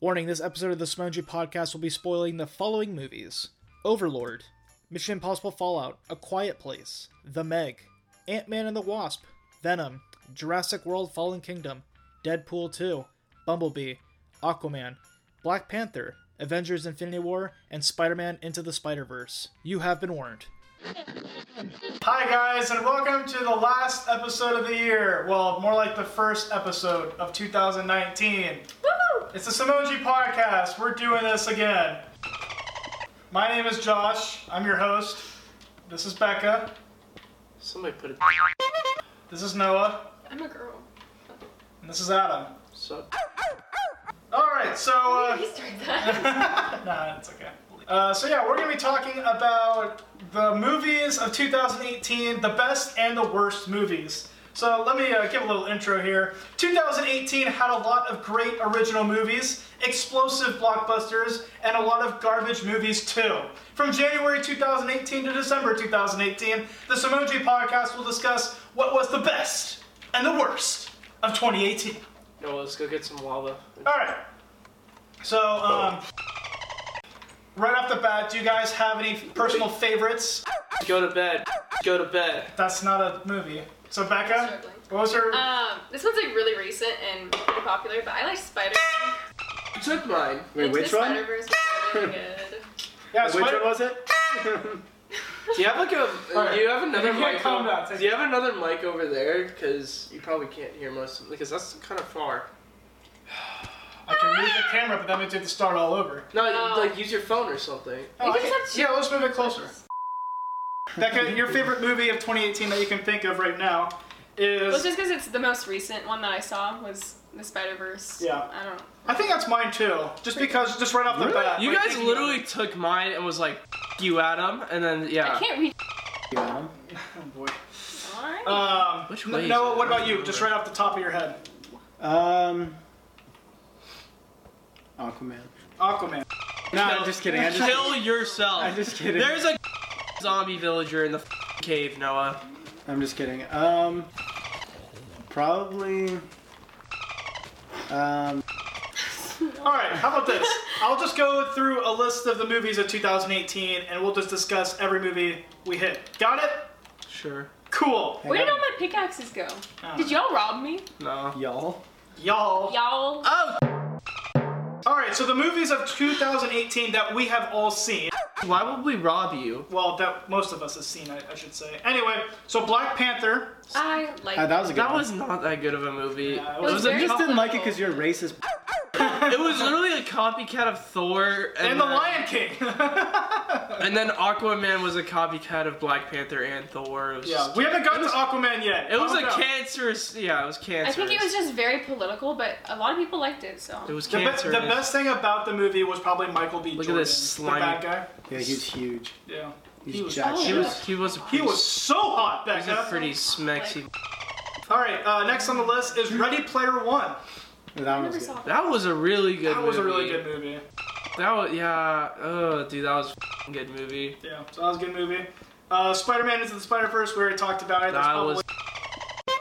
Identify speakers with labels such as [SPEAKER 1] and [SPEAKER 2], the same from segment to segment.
[SPEAKER 1] Warning this episode of the Smoji podcast will be spoiling the following movies Overlord, Mission Impossible Fallout, A Quiet Place, The Meg, Ant Man and the Wasp, Venom, Jurassic World Fallen Kingdom, Deadpool 2, Bumblebee, Aquaman, Black Panther, Avengers Infinity War, and Spider Man Into the Spider Verse. You have been warned. Hi, guys, and welcome to the last episode of the year. Well, more like the first episode of 2019. It's the Samoji Podcast. We're doing this again. My name is Josh. I'm your host. This is Becca.
[SPEAKER 2] Somebody put a
[SPEAKER 1] This is Noah.
[SPEAKER 3] I'm a girl.
[SPEAKER 1] And this is Adam.
[SPEAKER 2] suck.
[SPEAKER 1] All right, so. Uh,
[SPEAKER 3] Please start that.
[SPEAKER 1] nah, it's okay. Uh, so yeah, we're gonna be talking about the movies of 2018, the best and the worst movies. So let me uh, give a little intro here. 2018 had a lot of great original movies, explosive blockbusters, and a lot of garbage movies too. From January 2018 to December 2018, the Samoji podcast will discuss what was the best and the worst of 2018.
[SPEAKER 2] No, let's go get some lava.
[SPEAKER 1] All right. So, um, right off the bat, do you guys have any personal favorites?
[SPEAKER 2] Go to bed. Go to bed.
[SPEAKER 1] That's not a movie. So, Becca,
[SPEAKER 3] Struggling.
[SPEAKER 1] what was your?
[SPEAKER 3] Um, this one's like really recent and pretty popular, but I like Spider.
[SPEAKER 2] You took mine.
[SPEAKER 4] Wait,
[SPEAKER 3] Into
[SPEAKER 4] which
[SPEAKER 3] the
[SPEAKER 4] one?
[SPEAKER 3] Spider-Verse was really good.
[SPEAKER 1] yeah,
[SPEAKER 4] Which one
[SPEAKER 1] Spider-
[SPEAKER 4] was it?
[SPEAKER 2] Do you have like a?
[SPEAKER 1] Alright.
[SPEAKER 2] Do you have another
[SPEAKER 1] If you can't
[SPEAKER 2] mic?
[SPEAKER 1] calm down,
[SPEAKER 2] Over,
[SPEAKER 1] take
[SPEAKER 2] do you have another mic over there? Because you probably can't hear most of because that's kind of far.
[SPEAKER 1] I can move the camera, but that means you have to start all over.
[SPEAKER 2] No,
[SPEAKER 3] No.
[SPEAKER 2] like use your phone or something.
[SPEAKER 1] Oh,
[SPEAKER 3] can
[SPEAKER 1] I
[SPEAKER 3] just have two.
[SPEAKER 1] yeah, let's move it closer. Becca, your favorite movie of 2018 that you can think of right now is.
[SPEAKER 3] Well, just because it's the most recent one that I saw was the Spider-Verse.
[SPEAKER 1] Yeah.
[SPEAKER 3] I don't know.
[SPEAKER 1] I think that's mine too. Just because, just right off the bat.
[SPEAKER 2] You
[SPEAKER 1] like,
[SPEAKER 2] guys
[SPEAKER 1] thinking
[SPEAKER 2] literally took mine and was like, "F- "You Adam," and then
[SPEAKER 3] I
[SPEAKER 2] yeah.
[SPEAKER 3] can't read.
[SPEAKER 4] You know?
[SPEAKER 1] about- Oh boy.
[SPEAKER 3] Alright.
[SPEAKER 1] Um,
[SPEAKER 2] Which way is
[SPEAKER 1] Noah,
[SPEAKER 2] it?
[SPEAKER 1] what about you? Just right off the top of your head.
[SPEAKER 4] Um. Aquaman.
[SPEAKER 1] Aquaman.
[SPEAKER 4] No, I'm just kidding. I just,
[SPEAKER 2] Kill yourself.
[SPEAKER 4] I'm just kidding.
[SPEAKER 2] There's a zombie villager in the f- cave, Noah.
[SPEAKER 4] I'm just kidding. Um. Probably. Um.
[SPEAKER 1] All right, how about this? I'll just go through a list of the movies of 2018, and we'll just discuss every movie we hit. Got it?
[SPEAKER 2] Sure.
[SPEAKER 1] Cool.
[SPEAKER 4] hang
[SPEAKER 3] Where did
[SPEAKER 4] on.
[SPEAKER 3] all my pickaxes go?
[SPEAKER 1] Uh,
[SPEAKER 3] Did y'all rob me?
[SPEAKER 2] No.
[SPEAKER 4] Y'all.
[SPEAKER 1] y'all.
[SPEAKER 3] Y'all.
[SPEAKER 2] Oh,
[SPEAKER 1] All right, so the movies of 2018 that we have all seen.
[SPEAKER 2] why would we rob you?
[SPEAKER 1] Well, that most of us have seen, I, I should say. Anyway, so Black Panther.
[SPEAKER 3] I like.
[SPEAKER 1] Uh,
[SPEAKER 4] Ah, that was a good
[SPEAKER 2] That
[SPEAKER 4] one.
[SPEAKER 2] was not that good of a movie.
[SPEAKER 1] Yeah, it
[SPEAKER 2] it,
[SPEAKER 1] was
[SPEAKER 2] was a,
[SPEAKER 3] very
[SPEAKER 4] you just didn't like it
[SPEAKER 3] topical.
[SPEAKER 4] because you're racist.
[SPEAKER 2] it was literally a copycat of Thor and,
[SPEAKER 1] And the
[SPEAKER 2] then-
[SPEAKER 1] Lion King.
[SPEAKER 2] And then Aquaman was a copycat of Black Panther and Thor. It was,
[SPEAKER 1] yeah,
[SPEAKER 2] just-
[SPEAKER 1] we haven't gotten
[SPEAKER 2] it was-
[SPEAKER 1] to Aquaman yet.
[SPEAKER 2] it was
[SPEAKER 1] Calm
[SPEAKER 2] a
[SPEAKER 1] down.
[SPEAKER 2] cancerous. Yeah, it was
[SPEAKER 3] I
[SPEAKER 2] cancerous.
[SPEAKER 3] think it was just very political, but a lot of people liked it, so.
[SPEAKER 2] It was
[SPEAKER 1] The, be-
[SPEAKER 2] cancerous.
[SPEAKER 1] the best thing about the movie was probably Michael B.
[SPEAKER 2] Look at
[SPEAKER 1] Jordan,
[SPEAKER 2] this
[SPEAKER 1] the
[SPEAKER 2] slimy-
[SPEAKER 1] bad guy.
[SPEAKER 4] Yeah, he's huge.
[SPEAKER 1] Yeah,
[SPEAKER 4] He's
[SPEAKER 1] he was
[SPEAKER 4] jacked.
[SPEAKER 3] Oh,
[SPEAKER 2] He
[SPEAKER 4] shit.
[SPEAKER 2] was. He was. A
[SPEAKER 1] he
[SPEAKER 2] pretty,
[SPEAKER 1] was so hot,
[SPEAKER 2] He was
[SPEAKER 1] Becca.
[SPEAKER 2] a pretty smexy.
[SPEAKER 1] All right, uh, next on the list is Ready Player One.
[SPEAKER 4] That
[SPEAKER 3] I
[SPEAKER 4] one
[SPEAKER 3] never
[SPEAKER 4] was
[SPEAKER 3] saw
[SPEAKER 4] good.
[SPEAKER 3] that.
[SPEAKER 2] That was a really good.
[SPEAKER 1] That was a
[SPEAKER 2] movie.
[SPEAKER 1] really good movie.
[SPEAKER 2] That was yeah. Oh, dude, that was a f***ing good movie.
[SPEAKER 1] Yeah, so that was a good movie. Uh, Spider-Man into the Spider-Verse, we already talked about it.
[SPEAKER 2] That
[SPEAKER 1] That's probably
[SPEAKER 2] was. My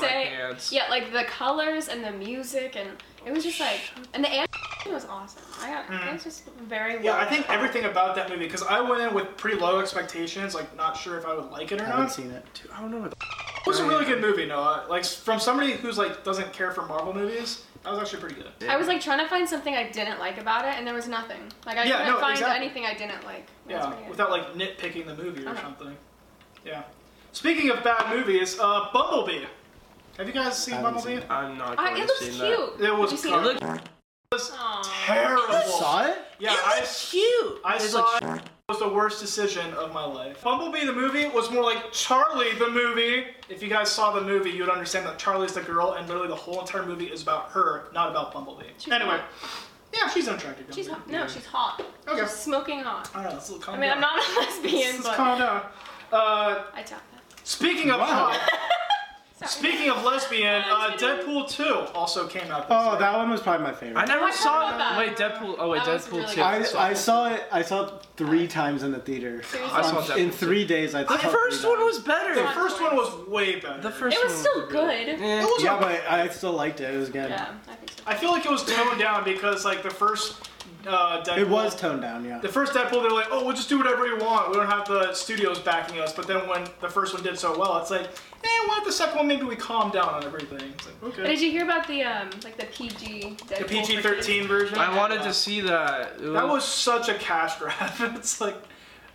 [SPEAKER 3] Say-
[SPEAKER 2] pants.
[SPEAKER 3] Yeah, like the colors and the music, and it was just like, and the animation was awesome. I got,
[SPEAKER 1] Mm.
[SPEAKER 3] it was just very well.
[SPEAKER 1] yeah, I think everything about that movie because I went in with pretty low expectations, like not sure if I would like it or
[SPEAKER 4] I
[SPEAKER 1] not.
[SPEAKER 4] haven't seen it.
[SPEAKER 2] Dude, I don't know. What the
[SPEAKER 1] It was a really good movie, Noah. Like from somebody who's like doesn't care for Marvel movies, that was actually pretty good.
[SPEAKER 2] f-
[SPEAKER 3] I was like trying to find something I didn't like about it, and there was nothing. Like I
[SPEAKER 1] Yeah,
[SPEAKER 3] couldn't
[SPEAKER 1] no,
[SPEAKER 3] find
[SPEAKER 1] exactly.
[SPEAKER 3] anything I didn't like. It was Uh,
[SPEAKER 1] Yeah,
[SPEAKER 3] pretty good.
[SPEAKER 1] without like nitpicking the movie or
[SPEAKER 3] Okay.
[SPEAKER 1] something. Yeah. Speaking of bad movies, uh, Bumblebee. Have you guys seen
[SPEAKER 4] I haven't
[SPEAKER 1] Bumblebee?
[SPEAKER 4] seen it.
[SPEAKER 2] I'm not.
[SPEAKER 3] I,
[SPEAKER 2] Going
[SPEAKER 3] Uh, it
[SPEAKER 2] to
[SPEAKER 3] looks
[SPEAKER 2] see
[SPEAKER 3] cute.
[SPEAKER 2] That.
[SPEAKER 1] It was
[SPEAKER 3] Did you see
[SPEAKER 2] It
[SPEAKER 1] colored.
[SPEAKER 3] it?
[SPEAKER 2] looked.
[SPEAKER 3] Aw.
[SPEAKER 1] Terrible.
[SPEAKER 4] You saw it?
[SPEAKER 1] Yeah, I
[SPEAKER 2] cute.
[SPEAKER 1] I
[SPEAKER 2] It's
[SPEAKER 1] saw
[SPEAKER 2] like-
[SPEAKER 1] it was the worst decision of my life. Bumblebee the movie was more like Charlie the movie. If you guys saw the movie, you would understand that Charlie's the girl, and literally the whole entire movie is about her, not about Bumblebee.
[SPEAKER 3] She's
[SPEAKER 1] anyway,
[SPEAKER 3] hot.
[SPEAKER 1] yeah, she's unattractive.
[SPEAKER 3] She's
[SPEAKER 1] Bumblebee.
[SPEAKER 3] hot. No, she's hot.
[SPEAKER 1] Okay.
[SPEAKER 3] She's smoking hot.
[SPEAKER 1] I don't know. It's a little calm
[SPEAKER 3] I mean,
[SPEAKER 1] down.
[SPEAKER 3] I'm not a lesbian,
[SPEAKER 1] Let's
[SPEAKER 3] but
[SPEAKER 1] calm down. Uh,
[SPEAKER 3] I doubt that.
[SPEAKER 1] speaking of
[SPEAKER 4] Wow.
[SPEAKER 1] hot,
[SPEAKER 3] Sorry.
[SPEAKER 1] speaking of lesbian,
[SPEAKER 3] I
[SPEAKER 1] uh,
[SPEAKER 3] was gonna-
[SPEAKER 1] Deadpool 2 also came out. This
[SPEAKER 4] Oh,
[SPEAKER 1] year.
[SPEAKER 4] that one was probably my
[SPEAKER 2] I
[SPEAKER 4] favorite.
[SPEAKER 2] never
[SPEAKER 3] I heard
[SPEAKER 2] saw
[SPEAKER 3] about that.
[SPEAKER 2] Wait, Deadpool. Oh wait,
[SPEAKER 3] That was
[SPEAKER 2] Deadpool
[SPEAKER 3] really
[SPEAKER 2] too.
[SPEAKER 3] good.
[SPEAKER 4] I,
[SPEAKER 2] That's
[SPEAKER 4] I
[SPEAKER 2] awesome.
[SPEAKER 4] saw it. I saw it three times in the theater. Um,
[SPEAKER 3] Seriously.
[SPEAKER 2] I saw
[SPEAKER 4] In
[SPEAKER 2] Deadpool
[SPEAKER 4] three days, I saw
[SPEAKER 2] The
[SPEAKER 4] it three
[SPEAKER 2] first one
[SPEAKER 4] times.
[SPEAKER 2] was better.
[SPEAKER 1] The first one was way better.
[SPEAKER 2] The first
[SPEAKER 3] It was
[SPEAKER 2] one
[SPEAKER 3] still
[SPEAKER 2] really-
[SPEAKER 3] good.
[SPEAKER 2] Eh.
[SPEAKER 1] It was
[SPEAKER 4] Yeah, but I still liked it. It was good.
[SPEAKER 3] Yeah, I think so.
[SPEAKER 1] I feel like it was toned down because like the first uh, Deadpool,
[SPEAKER 4] It was toned down, yeah. Um,
[SPEAKER 1] the first Deadpool. They're like, oh, we'll just do whatever we want. We don't have the studios backing us. But then when the first one did so well, it's like, eh, what if the second one maybe we calm down on everything? It's like
[SPEAKER 3] But
[SPEAKER 1] okay.
[SPEAKER 3] did you hear about the um like the PG Deadpool
[SPEAKER 1] The PG thirteen version.
[SPEAKER 2] I wanted to see that. It
[SPEAKER 1] That was such a cash grab. It's like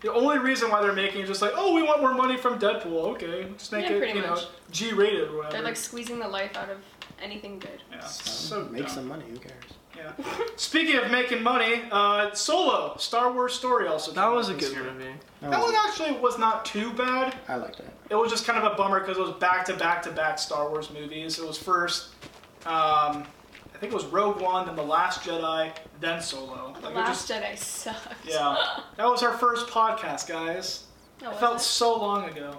[SPEAKER 1] the only reason why they're making it just like, oh, we want more money from Deadpool. Okay, just make
[SPEAKER 3] Yeah,
[SPEAKER 1] it
[SPEAKER 3] pretty
[SPEAKER 1] you know
[SPEAKER 3] much.
[SPEAKER 1] G rated or whatever.
[SPEAKER 3] They're like squeezing the life out of anything good.
[SPEAKER 1] yeah,
[SPEAKER 4] So
[SPEAKER 1] so
[SPEAKER 4] make
[SPEAKER 1] dumb.
[SPEAKER 4] some money. Who cares?
[SPEAKER 1] Yeah. Speaking of making money, uh, Solo, Star Wars story also.
[SPEAKER 2] that
[SPEAKER 1] came
[SPEAKER 2] was a
[SPEAKER 1] out this
[SPEAKER 2] good
[SPEAKER 1] year.
[SPEAKER 2] movie.
[SPEAKER 1] That one actually was not too bad.
[SPEAKER 4] I liked it.
[SPEAKER 1] It was just kind of a bummer because it was back to back to back Star Wars movies. It was first, um, I think it was Rogue One, then The Last Jedi, then Solo.
[SPEAKER 3] The
[SPEAKER 1] Like, it
[SPEAKER 3] Last
[SPEAKER 1] just-
[SPEAKER 3] Jedi sucked.
[SPEAKER 1] yeah, that was our first podcast, guys.
[SPEAKER 3] No,
[SPEAKER 1] It
[SPEAKER 3] it
[SPEAKER 1] felt
[SPEAKER 3] wasn't.
[SPEAKER 1] so long ago.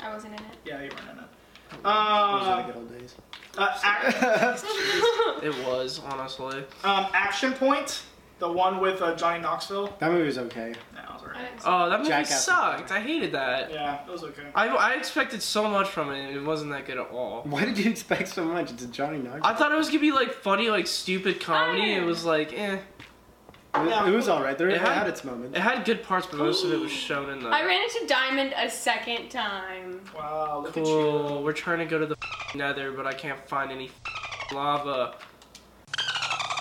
[SPEAKER 3] I wasn't in it.
[SPEAKER 1] Yeah, you weren't in it.
[SPEAKER 4] Those are the
[SPEAKER 1] Um,
[SPEAKER 4] good old days.
[SPEAKER 1] uh, ac-
[SPEAKER 2] It was honestly.
[SPEAKER 1] um, action Point, the one with uh, Johnny Knoxville.
[SPEAKER 4] That movie was okay.
[SPEAKER 1] That was
[SPEAKER 3] I
[SPEAKER 1] alright.
[SPEAKER 3] didn't see
[SPEAKER 2] Oh, that movie
[SPEAKER 4] Jackass.
[SPEAKER 2] sucked. I hated that.
[SPEAKER 1] Yeah, it was okay.
[SPEAKER 2] I, I expected so much from it, and it wasn't that good at all.
[SPEAKER 4] Why did you expect so much? It's a Johnny Knoxville.
[SPEAKER 2] I thought it was gonna be like funny, like stupid comedy. It was like, eh.
[SPEAKER 4] It was-
[SPEAKER 1] Yeah.
[SPEAKER 4] It was all right. There,
[SPEAKER 2] It
[SPEAKER 4] it
[SPEAKER 2] had-
[SPEAKER 4] had its moments.
[SPEAKER 2] It had good parts, but most of it was shown in the.
[SPEAKER 3] I ran into Diamond a second time.
[SPEAKER 1] Wow, look at you.
[SPEAKER 2] Cool. We're trying to go to the nether, but I can't find any lava.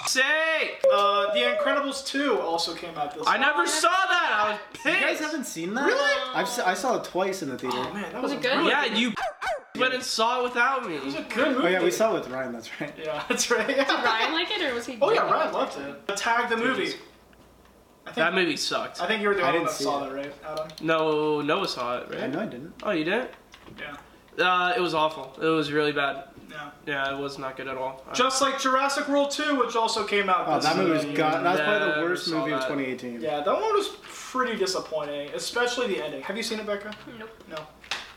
[SPEAKER 2] Sake!
[SPEAKER 1] Uh, The Incredibles 2 also came out this
[SPEAKER 2] I never saw that. I was
[SPEAKER 4] You
[SPEAKER 2] pissed.
[SPEAKER 4] guys haven't seen that?
[SPEAKER 1] Really?
[SPEAKER 4] I've se- I saw it twice in the theater.
[SPEAKER 1] Oh man, that was,
[SPEAKER 3] Was it
[SPEAKER 1] a
[SPEAKER 3] good?
[SPEAKER 1] really-
[SPEAKER 2] yeah, you went and saw it without me.
[SPEAKER 1] It was a good movie.
[SPEAKER 4] Oh yeah, we saw it with Ryan. That's right.
[SPEAKER 1] Yeah, that's right. Yeah.
[SPEAKER 3] Did Ryan like it or was he?
[SPEAKER 1] Oh yeah, Ryan loved it. Tag the movie. I think,
[SPEAKER 2] That movie sucked.
[SPEAKER 1] I think you were the
[SPEAKER 4] I
[SPEAKER 1] only one
[SPEAKER 4] didn't
[SPEAKER 1] that
[SPEAKER 4] see
[SPEAKER 1] saw
[SPEAKER 4] it.
[SPEAKER 1] that, right, Adam?
[SPEAKER 2] No, Noah saw it,
[SPEAKER 4] I
[SPEAKER 2] right?
[SPEAKER 4] know I didn't.
[SPEAKER 2] Oh, you didn't?
[SPEAKER 1] Yeah.
[SPEAKER 2] Uh, it was awful. It was really bad.
[SPEAKER 1] Yeah.
[SPEAKER 2] Yeah, it was not good at all. I-
[SPEAKER 1] Just like Jurassic World 2, which also came out.
[SPEAKER 4] Oh,
[SPEAKER 1] this
[SPEAKER 4] that movie was
[SPEAKER 1] year.
[SPEAKER 4] god. That's probably the
[SPEAKER 2] Never
[SPEAKER 4] worst
[SPEAKER 2] saw
[SPEAKER 4] movie of
[SPEAKER 2] that.
[SPEAKER 4] 2018.
[SPEAKER 1] Yeah, that one was pretty disappointing, especially the ending. Have you seen it, Becca?
[SPEAKER 3] Nope.
[SPEAKER 1] No.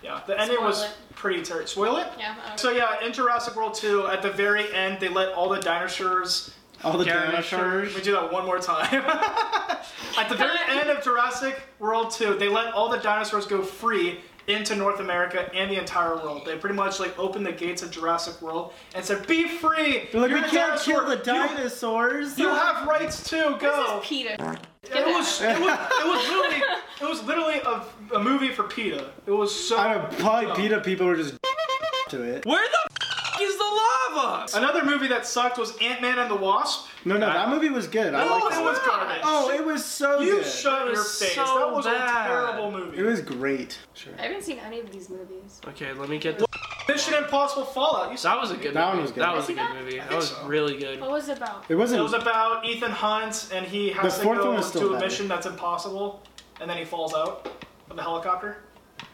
[SPEAKER 1] Yeah, the ending
[SPEAKER 3] Spoil
[SPEAKER 1] was
[SPEAKER 3] it.
[SPEAKER 1] pretty terrible. Spoil it.
[SPEAKER 3] Yeah. oh. I don't-
[SPEAKER 1] So yeah, in Jurassic World 2, at the very end, they let all the dinosaurs
[SPEAKER 4] All the
[SPEAKER 2] Gary
[SPEAKER 4] dinosaurs.
[SPEAKER 1] We do that one more time. At the very end of Jurassic World 2, they let all the dinosaurs go free into North America and the entire world. They pretty much like opened the gates of Jurassic World and said, "Be free!
[SPEAKER 4] They're like,
[SPEAKER 1] You're
[SPEAKER 4] we
[SPEAKER 1] a
[SPEAKER 4] can't
[SPEAKER 1] dinosaur.
[SPEAKER 4] kill the
[SPEAKER 1] You,
[SPEAKER 4] dinosaurs.
[SPEAKER 1] you have rights too. Go!"
[SPEAKER 3] This is PETA.
[SPEAKER 1] It was, it was it was literally it was literally a, a movie for PETA. It was so.
[SPEAKER 4] I don't know, probably PETA people were just to it.
[SPEAKER 2] Where the f- is the lava?
[SPEAKER 1] Another movie that sucked was Ant Man and the Wasp.
[SPEAKER 4] No, no, that movie was good. I
[SPEAKER 1] No,
[SPEAKER 4] liked
[SPEAKER 1] it
[SPEAKER 4] it.
[SPEAKER 1] was garbage.
[SPEAKER 4] Oh, it was so
[SPEAKER 1] you
[SPEAKER 4] good.
[SPEAKER 1] shut
[SPEAKER 2] It
[SPEAKER 1] your
[SPEAKER 2] was
[SPEAKER 1] face.
[SPEAKER 2] so
[SPEAKER 1] that was
[SPEAKER 2] bad.
[SPEAKER 1] a terrible movie.
[SPEAKER 4] it was great. Sure.
[SPEAKER 3] I haven't seen any of these movies.
[SPEAKER 2] Okay, let me get.
[SPEAKER 1] Mission Impossible Fallout. You saw
[SPEAKER 2] That was a good.
[SPEAKER 4] That one
[SPEAKER 2] movie.
[SPEAKER 4] was good.
[SPEAKER 2] That was a
[SPEAKER 3] Did I
[SPEAKER 2] good
[SPEAKER 3] see that?
[SPEAKER 2] movie.
[SPEAKER 1] I
[SPEAKER 2] That
[SPEAKER 1] think
[SPEAKER 2] was
[SPEAKER 1] so.
[SPEAKER 2] really good.
[SPEAKER 3] What was it about?
[SPEAKER 4] It wasn't.
[SPEAKER 1] It was about Ethan Hunt, and he has
[SPEAKER 4] The
[SPEAKER 1] to
[SPEAKER 4] fourth
[SPEAKER 1] go
[SPEAKER 4] one was still
[SPEAKER 1] to a
[SPEAKER 4] better.
[SPEAKER 1] mission that's impossible, and then he falls out of the helicopter.
[SPEAKER 3] Oh,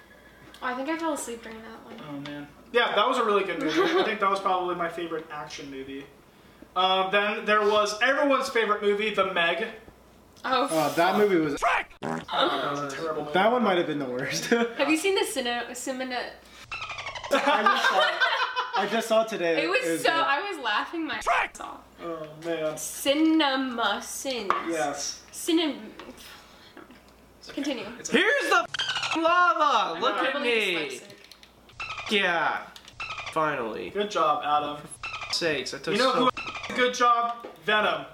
[SPEAKER 3] I think I fell asleep during that one.
[SPEAKER 1] Oh man. Yeah, that was a really good movie. I think that was probably my favorite action movie. Uh, then there was everyone's favorite movie, The Meg.
[SPEAKER 3] Oh.
[SPEAKER 1] Uh,
[SPEAKER 4] oh, that movie was.
[SPEAKER 1] Terrible movie.
[SPEAKER 4] That one might have been the worst.
[SPEAKER 3] Have you seen the cinema? cinema
[SPEAKER 4] I just saw. It. I just saw it today.
[SPEAKER 3] it was, so.
[SPEAKER 4] good.
[SPEAKER 3] I was laughing my ass off.
[SPEAKER 1] Oh man.
[SPEAKER 3] Cinema sins.
[SPEAKER 1] Yes.
[SPEAKER 3] Cinema. Continue.
[SPEAKER 1] It's okay.
[SPEAKER 2] Here's the f- lava. Look
[SPEAKER 3] I'm
[SPEAKER 2] at
[SPEAKER 3] probably
[SPEAKER 2] me.
[SPEAKER 3] dyslexic.
[SPEAKER 2] Yeah. Finally.
[SPEAKER 1] Good job, Adam.
[SPEAKER 2] Sakes, I took
[SPEAKER 1] You know
[SPEAKER 2] so.
[SPEAKER 1] who did a good job? Venom.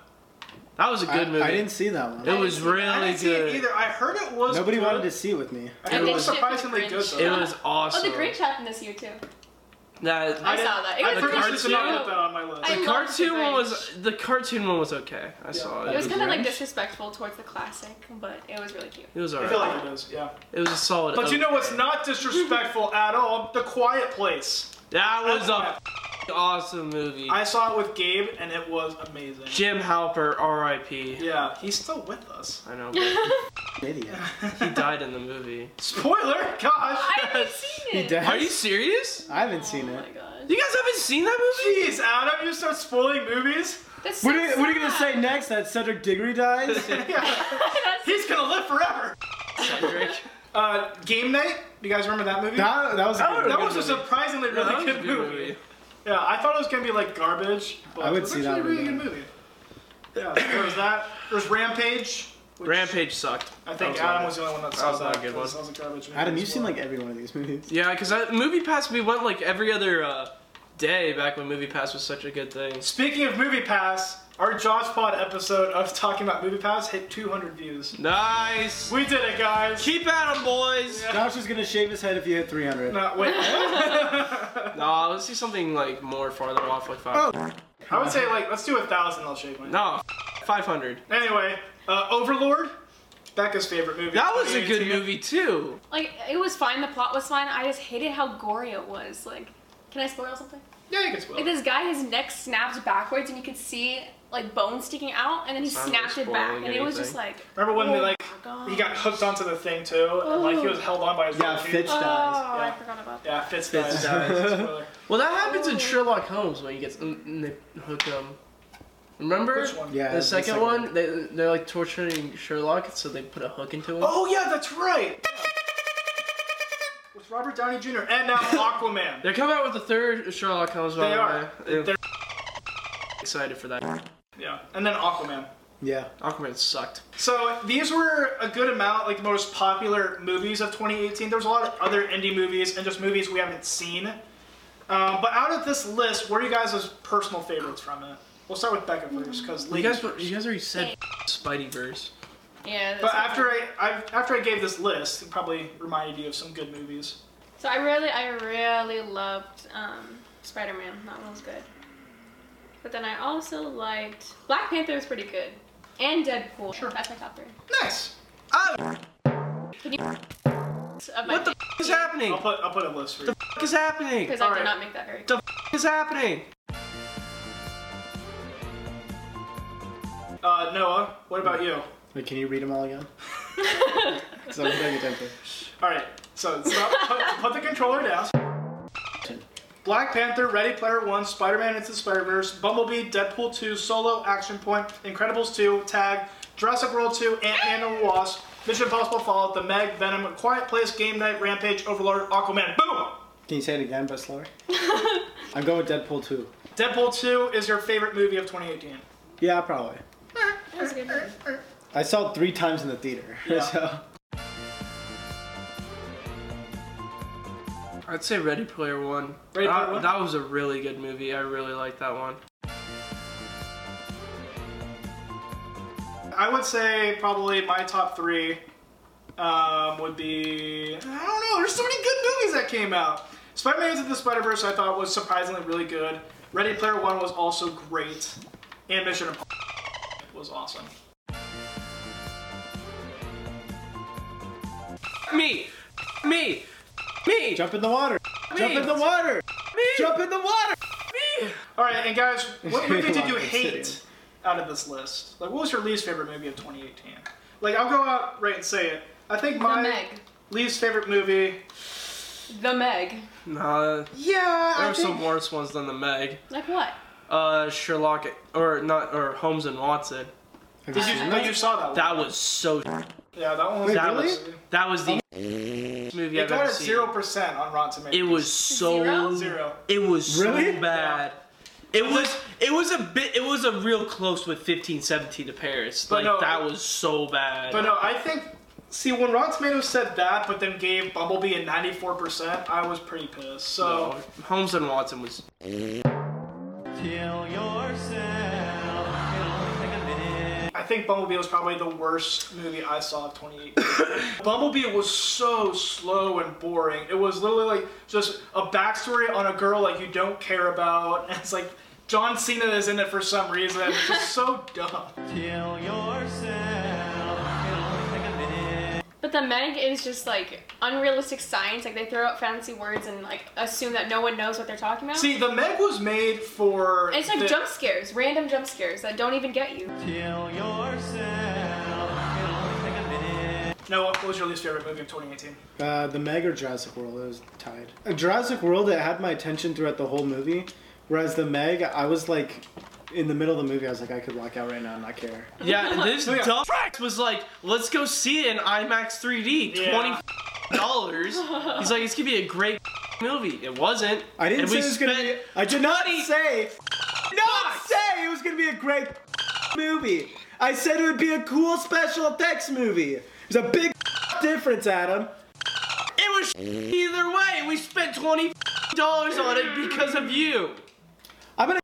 [SPEAKER 2] that was a
[SPEAKER 4] I,
[SPEAKER 2] good movie.
[SPEAKER 4] I didn't see that one.
[SPEAKER 2] it was really
[SPEAKER 1] I didn't see
[SPEAKER 2] good.
[SPEAKER 1] it either. I heard it was
[SPEAKER 4] Nobody
[SPEAKER 1] good.
[SPEAKER 4] wanted to see it with me.
[SPEAKER 1] I heard
[SPEAKER 2] It
[SPEAKER 1] it was
[SPEAKER 2] was-
[SPEAKER 1] surprisingly good though.
[SPEAKER 2] It was
[SPEAKER 3] Oh, the
[SPEAKER 2] awesome.
[SPEAKER 3] Grinch happened this year too.
[SPEAKER 2] that
[SPEAKER 3] I,
[SPEAKER 1] didn't-
[SPEAKER 3] saw that. It
[SPEAKER 1] I
[SPEAKER 3] was
[SPEAKER 2] the
[SPEAKER 1] purposely did not
[SPEAKER 3] cute.
[SPEAKER 1] put that on my list.
[SPEAKER 3] I
[SPEAKER 2] the
[SPEAKER 3] loved
[SPEAKER 2] cartoon
[SPEAKER 3] the
[SPEAKER 2] one
[SPEAKER 3] Grinch.
[SPEAKER 2] was the cartoon one was okay. I saw
[SPEAKER 3] It
[SPEAKER 2] it.
[SPEAKER 3] was kind of like
[SPEAKER 4] Grinch?
[SPEAKER 3] disrespectful towards the classic, but it was really cute.
[SPEAKER 2] It was
[SPEAKER 1] I feel
[SPEAKER 2] alright.
[SPEAKER 1] like it is. Yeah.
[SPEAKER 2] It was a solid.
[SPEAKER 1] But you
[SPEAKER 2] okay.
[SPEAKER 1] know what's not disrespectful at all? The Quiet Place.
[SPEAKER 2] that was a f- awesome movie.
[SPEAKER 1] I saw it with Gabe and it was amazing.
[SPEAKER 2] Jim Halper, R.I.P.
[SPEAKER 1] Yeah, he's still with us.
[SPEAKER 2] I know. But
[SPEAKER 4] Idiot.
[SPEAKER 2] he died in the movie.
[SPEAKER 1] Spoiler,
[SPEAKER 3] I
[SPEAKER 1] gosh.
[SPEAKER 3] haven't seen
[SPEAKER 4] He
[SPEAKER 3] it.
[SPEAKER 4] does.
[SPEAKER 2] Are you serious?
[SPEAKER 4] I haven't seen
[SPEAKER 3] Oh
[SPEAKER 4] it.
[SPEAKER 3] my god.
[SPEAKER 2] You guys haven't seen that movie?
[SPEAKER 1] Jeez, Adam, you start spoiling movies.
[SPEAKER 3] That's so
[SPEAKER 4] What are, you, what are you gonna
[SPEAKER 3] sad.
[SPEAKER 4] say next? That Cedric Diggory dies?
[SPEAKER 1] Yeah,
[SPEAKER 3] That's-
[SPEAKER 1] he's gonna live forever.
[SPEAKER 2] Cedric.
[SPEAKER 1] Uh, Game Night. Do you guys remember that movie?
[SPEAKER 4] That, that was a
[SPEAKER 1] that
[SPEAKER 4] good
[SPEAKER 1] was a
[SPEAKER 2] movie.
[SPEAKER 1] surprisingly
[SPEAKER 2] Yeah,
[SPEAKER 1] really
[SPEAKER 2] that was a
[SPEAKER 1] good, movie. Yeah, I thought it was gonna be like garbage, but
[SPEAKER 4] I would
[SPEAKER 1] it was
[SPEAKER 4] see
[SPEAKER 1] actually
[SPEAKER 4] that
[SPEAKER 1] a really
[SPEAKER 4] one,
[SPEAKER 1] good movie. Yeah, so there was that. There's Rampage. which
[SPEAKER 2] Rampage sucked.
[SPEAKER 1] I think
[SPEAKER 2] That was
[SPEAKER 1] Adam
[SPEAKER 2] not-
[SPEAKER 1] was the only one that
[SPEAKER 2] that
[SPEAKER 1] saw
[SPEAKER 2] was
[SPEAKER 1] that.
[SPEAKER 2] not a good
[SPEAKER 1] because
[SPEAKER 2] one.
[SPEAKER 1] That was a garbage movie
[SPEAKER 4] Adam,
[SPEAKER 1] as
[SPEAKER 4] you've seen
[SPEAKER 1] well.
[SPEAKER 4] like every one of these movies.
[SPEAKER 2] Yeah, because Movie Pass we went like every other uh, day back when Movie Pass was such a good thing.
[SPEAKER 1] Speaking of Movie Pass, our Josh Pod episode of talking about Movie Pass hit 200 views.
[SPEAKER 2] Nice.
[SPEAKER 1] We did it, guys.
[SPEAKER 2] Keep at 'em, boys.
[SPEAKER 1] Yeah.
[SPEAKER 4] Josh is gonna shave his head if you hit 300.
[SPEAKER 1] No, wait.
[SPEAKER 2] No, let's do something like more farther off, like five.
[SPEAKER 1] I would say like let's do a thousand. I'll shave my.
[SPEAKER 2] No, five hundred.
[SPEAKER 1] Anyway, uh, Overlord, Becca's favorite movie.
[SPEAKER 2] That was a good
[SPEAKER 1] 2018.
[SPEAKER 2] movie too.
[SPEAKER 3] Like it was fine. The plot was fine. I just hated how gory it was. Like, can I spoil something?
[SPEAKER 1] Yeah, you can
[SPEAKER 4] Oh.
[SPEAKER 1] spoil.
[SPEAKER 3] Like
[SPEAKER 1] it.
[SPEAKER 3] this guy, his neck snapped backwards, and you could see like bones sticking out, and then he
[SPEAKER 2] Sounds like
[SPEAKER 3] snapped it back,
[SPEAKER 2] spoiling
[SPEAKER 3] and it was
[SPEAKER 2] anything.
[SPEAKER 3] just like.
[SPEAKER 1] Remember when they
[SPEAKER 3] oh
[SPEAKER 1] like
[SPEAKER 3] my God.
[SPEAKER 1] he got hooked onto the thing too, and like he was held on by his
[SPEAKER 4] Yeah,
[SPEAKER 1] little feet?
[SPEAKER 4] Fitch
[SPEAKER 3] Oh,
[SPEAKER 4] dies.
[SPEAKER 3] I
[SPEAKER 1] yeah.
[SPEAKER 3] forgot about that.
[SPEAKER 1] Yeah, Fitz dies.
[SPEAKER 2] Fitz dies.
[SPEAKER 1] Spoiler.
[SPEAKER 2] Well, that happens in
[SPEAKER 3] Oh.
[SPEAKER 2] Sherlock Holmes when he gets mm, mm, they hook him. Remember?
[SPEAKER 1] Which one?
[SPEAKER 4] Yeah.
[SPEAKER 2] The second one, they, they're like torturing Sherlock, so they put a hook into him.
[SPEAKER 1] Oh yeah, that's right. With Robert Downey Jr. and now Aquaman.
[SPEAKER 2] They're coming out with the third Sherlock Holmes. by
[SPEAKER 1] They
[SPEAKER 2] the
[SPEAKER 1] are.
[SPEAKER 2] way. They're excited for that.
[SPEAKER 1] yeah, and then Aquaman.
[SPEAKER 4] Yeah.
[SPEAKER 2] Aquaman sucked.
[SPEAKER 1] So these were a good amount, like the most popular movies of 2018. There was a lot of other indie movies and just movies we haven't seen. Um, but out of this list, what are you guys' personal favorites from it? We'll start with Becca first, because
[SPEAKER 2] You guys, you guys already said Spideyverse.
[SPEAKER 3] Yeah. that's
[SPEAKER 1] But
[SPEAKER 3] what-
[SPEAKER 1] after I, I after I gave this list, it probably reminded you of some good movies.
[SPEAKER 3] So I really, I really loved um, Spider Man. That one was good. But then I also liked Black Panther was pretty good, and Deadpool. Sure. That's my top three.
[SPEAKER 1] Nice.
[SPEAKER 3] Can you? Of my
[SPEAKER 2] What the f- is happening?
[SPEAKER 1] I'll
[SPEAKER 2] What
[SPEAKER 1] put I'll put a list for you.
[SPEAKER 2] the f- is happening?
[SPEAKER 3] Because
[SPEAKER 2] What
[SPEAKER 3] I
[SPEAKER 1] Alright.
[SPEAKER 3] did not make that very.
[SPEAKER 2] the f- is happening?
[SPEAKER 1] Uh, Noah, what about you?
[SPEAKER 4] Wait, can you read them all again? Because I'm paying attention.
[SPEAKER 1] All right, so stop, put, put the controller down. Black Panther, Ready Player One, Spider-Man Into the Spider-Verse, Bumblebee, Deadpool 2, Solo, Action Point, Incredibles 2, Tag, Jurassic World 2, Ant-Man and the Wasp, Mission Impossible Fallout, The Meg, Venom, A Quiet Place, Game Night, Rampage, Overlord, Aquaman. Boom!
[SPEAKER 4] Can you say it again, but slower? I'm going with Deadpool 2.
[SPEAKER 1] Deadpool 2 is your favorite movie of 2018.
[SPEAKER 4] Yeah, probably.
[SPEAKER 3] That was a good movie.
[SPEAKER 4] I saw it three times in the theater.
[SPEAKER 1] Yeah.
[SPEAKER 4] So.
[SPEAKER 2] I'd say Ready Player One.
[SPEAKER 1] Ready
[SPEAKER 2] that,
[SPEAKER 1] Player One?
[SPEAKER 2] that was a really good movie. I really liked that one.
[SPEAKER 1] I would say probably my top three um, would be I don't know. There's so many good movies that came out. Spider-Man into the Spider-Verse I thought was surprisingly really good. Ready Player One was also great, and Mission Impossible was awesome.
[SPEAKER 2] Me, me, me,
[SPEAKER 4] Jump in the water! Jump in the
[SPEAKER 2] me,
[SPEAKER 4] water! Jump in the water!
[SPEAKER 2] me.
[SPEAKER 1] All right, and guys, what movie did you
[SPEAKER 4] Wow,
[SPEAKER 1] hate out of this list? Like, what was your least favorite movie of 2018? Like, I'll go out right and say it. I think
[SPEAKER 3] The
[SPEAKER 1] my
[SPEAKER 3] Meg.
[SPEAKER 1] least favorite movie.
[SPEAKER 3] The Meg.
[SPEAKER 2] Nah,
[SPEAKER 1] Yeah,
[SPEAKER 2] there were some worse ones than the Meg.
[SPEAKER 3] Like what?
[SPEAKER 2] Uh, Sherlock or not or Holmes and Watson.
[SPEAKER 4] Have
[SPEAKER 1] Did
[SPEAKER 4] seen
[SPEAKER 1] you,
[SPEAKER 4] it?
[SPEAKER 1] but you saw that one?
[SPEAKER 2] That was so.
[SPEAKER 1] yeah, that one was.
[SPEAKER 4] Wait,
[SPEAKER 2] That
[SPEAKER 4] really?
[SPEAKER 2] was that was the movie
[SPEAKER 1] It
[SPEAKER 2] I've
[SPEAKER 1] got
[SPEAKER 2] ever
[SPEAKER 1] a
[SPEAKER 2] seen.
[SPEAKER 1] zero percent on Rotten Tomatoes.
[SPEAKER 2] It was so.
[SPEAKER 3] Zero?
[SPEAKER 1] zero.
[SPEAKER 2] It was
[SPEAKER 4] Really?
[SPEAKER 2] so bad. It was it was a bit it was a real close with 15 17 to Paris.
[SPEAKER 1] But
[SPEAKER 2] Like
[SPEAKER 1] no,
[SPEAKER 2] that
[SPEAKER 1] it-
[SPEAKER 2] was so bad.
[SPEAKER 1] But no, I think. See, when Rotten Tomatoes said that, but then gave Bumblebee a 94%, I was pretty pissed. So,
[SPEAKER 2] No, Holmes and Watson was
[SPEAKER 1] I think Bumblebee was probably the worst movie I saw of 2018. Bumblebee was so slow and boring. It was literally like just a backstory on a girl like you don't care about. And it's like John Cena is in it for some reason. It's just so dumb.
[SPEAKER 3] But the Meg is just like unrealistic science. Like they throw out fancy words and like assume that no one knows what they're talking about.
[SPEAKER 1] See, the Meg was made for.
[SPEAKER 3] it's like
[SPEAKER 1] the-
[SPEAKER 3] jump scares, random jump scares that don't even get you.
[SPEAKER 1] No, what was your least favorite movie of 2018?
[SPEAKER 4] Uh, the Meg or Jurassic World it was tied. Uh, Jurassic World it had my attention throughout the whole movie, whereas the Meg I was like, in the middle of the movie I was like I could walk out right now and not care.
[SPEAKER 2] Yeah, this
[SPEAKER 1] yeah.
[SPEAKER 2] dumb was like, "Let's go see it in IMAX 3D,
[SPEAKER 1] Yeah.
[SPEAKER 2] twenty dollars." He's like, "It's gonna be a great movie." It wasn't.
[SPEAKER 4] I didn't
[SPEAKER 2] And
[SPEAKER 4] say
[SPEAKER 2] we
[SPEAKER 4] it was gonna be.
[SPEAKER 2] spent
[SPEAKER 4] I did not
[SPEAKER 2] 20
[SPEAKER 4] say. Not say it was gonna be a great movie. I said it would be a cool special effects movie. There's a big difference, Adam.
[SPEAKER 2] It was either way. We spent twenty dollars on it because of you.
[SPEAKER 4] I'm gonna.